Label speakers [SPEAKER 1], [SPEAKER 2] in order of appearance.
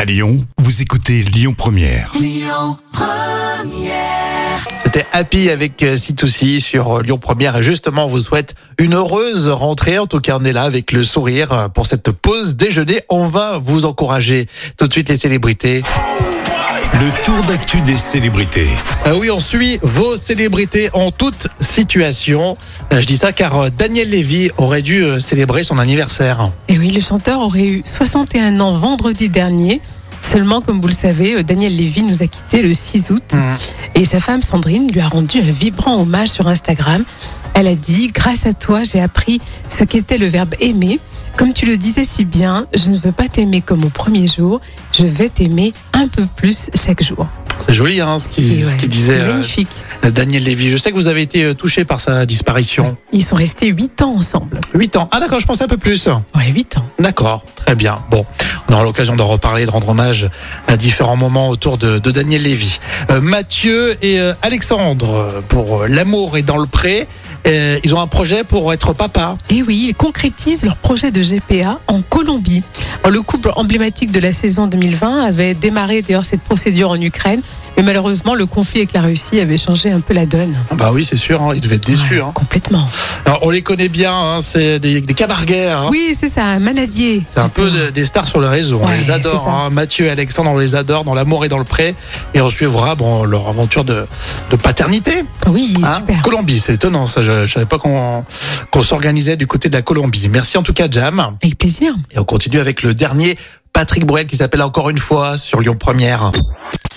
[SPEAKER 1] À Lyon, vous écoutez Lyon Première.
[SPEAKER 2] C'était Happy avec euh, C2C sur euh, Lyon Première et justement on vous souhaite une heureuse rentrée. En tout cas on est là avec le sourire euh, pour cette pause déjeuner. On va vous encourager tout de suite les célébrités.
[SPEAKER 1] Le tour d'actu des célébrités.
[SPEAKER 2] Ah oui on suit vos célébrités en toute situation. Euh, Je dis ça car euh, Daniel Lévy aurait dû euh, célébrer son anniversaire.
[SPEAKER 3] Et oui, le chanteur aurait eu 61 ans vendredi dernier. Seulement, comme vous le savez, euh, Daniel Lévy nous a quittés le 6 août
[SPEAKER 2] Mm.
[SPEAKER 3] et sa femme Sandrine lui a rendu un vibrant hommage sur Instagram. Elle a dit Grâce à toi, j'ai appris ce qu'était le verbe aimer. Comme tu le disais si bien, je ne veux pas t'aimer comme au premier jour, je vais t'aimer un peu plus chaque jour.
[SPEAKER 2] C'est joli hein, ce qu'il
[SPEAKER 3] C'est,
[SPEAKER 2] ce
[SPEAKER 3] ouais,
[SPEAKER 2] qu'il disait euh,
[SPEAKER 3] Magnifique.
[SPEAKER 2] Daniel Lévy. Je sais que vous avez été euh, touché par sa disparition.
[SPEAKER 3] Ils sont restés 8 ans ensemble.
[SPEAKER 2] 8 ans. Ah d'accord je pensais un peu plus.
[SPEAKER 3] Ouais, 8 ans.
[SPEAKER 2] D'accord, très bien. Bon, on aura l'occasion d'en reparler, de rendre hommage à différents moments autour de, de Daniel Lévy. Euh, Mathieu et euh, Alexandre, euh, pour euh, L'amour est dans le pré, euh, ils ont un projet pour être papa.
[SPEAKER 3] Et Eh oui, ils concrétisent leur projet de GPA en Colombie. Alors, le couple emblématique de la saison 2020 avait démarré d'ailleurs cette procédure en Ukraine, mais malheureusement le conflit avec la Russie avait changé un peu la donne.
[SPEAKER 2] Ah Bah oui, c'est sûr, hein, ils devaient être déçus.
[SPEAKER 3] Ouais,
[SPEAKER 2] hein.
[SPEAKER 3] Complètement.
[SPEAKER 2] Alors, on les connaît bien, hein, c'est des, des cabarguères. hein.
[SPEAKER 3] Oui, c'est ça, Manadier.
[SPEAKER 2] C'est un peu de- des stars sur le réseau. On
[SPEAKER 3] Ouais,
[SPEAKER 2] les adore.
[SPEAKER 3] c'est ça.
[SPEAKER 2] hein. Mathieu et Alexandre, on les adore dans L'amour et dans le pré. Et on suivra bon, leur aventure de, de paternité.
[SPEAKER 3] Oui,
[SPEAKER 2] Hein,
[SPEAKER 3] super.
[SPEAKER 2] Colombie, c'est étonnant ça. Je, je savais pas qu'on qu'on s'organisait du côté de la Colombie. Merci en tout cas, Jam.
[SPEAKER 3] Avec plaisir.
[SPEAKER 2] Et on continue avec le dernier Patrick Bruel qui s'appelle encore une fois sur Lyon Première.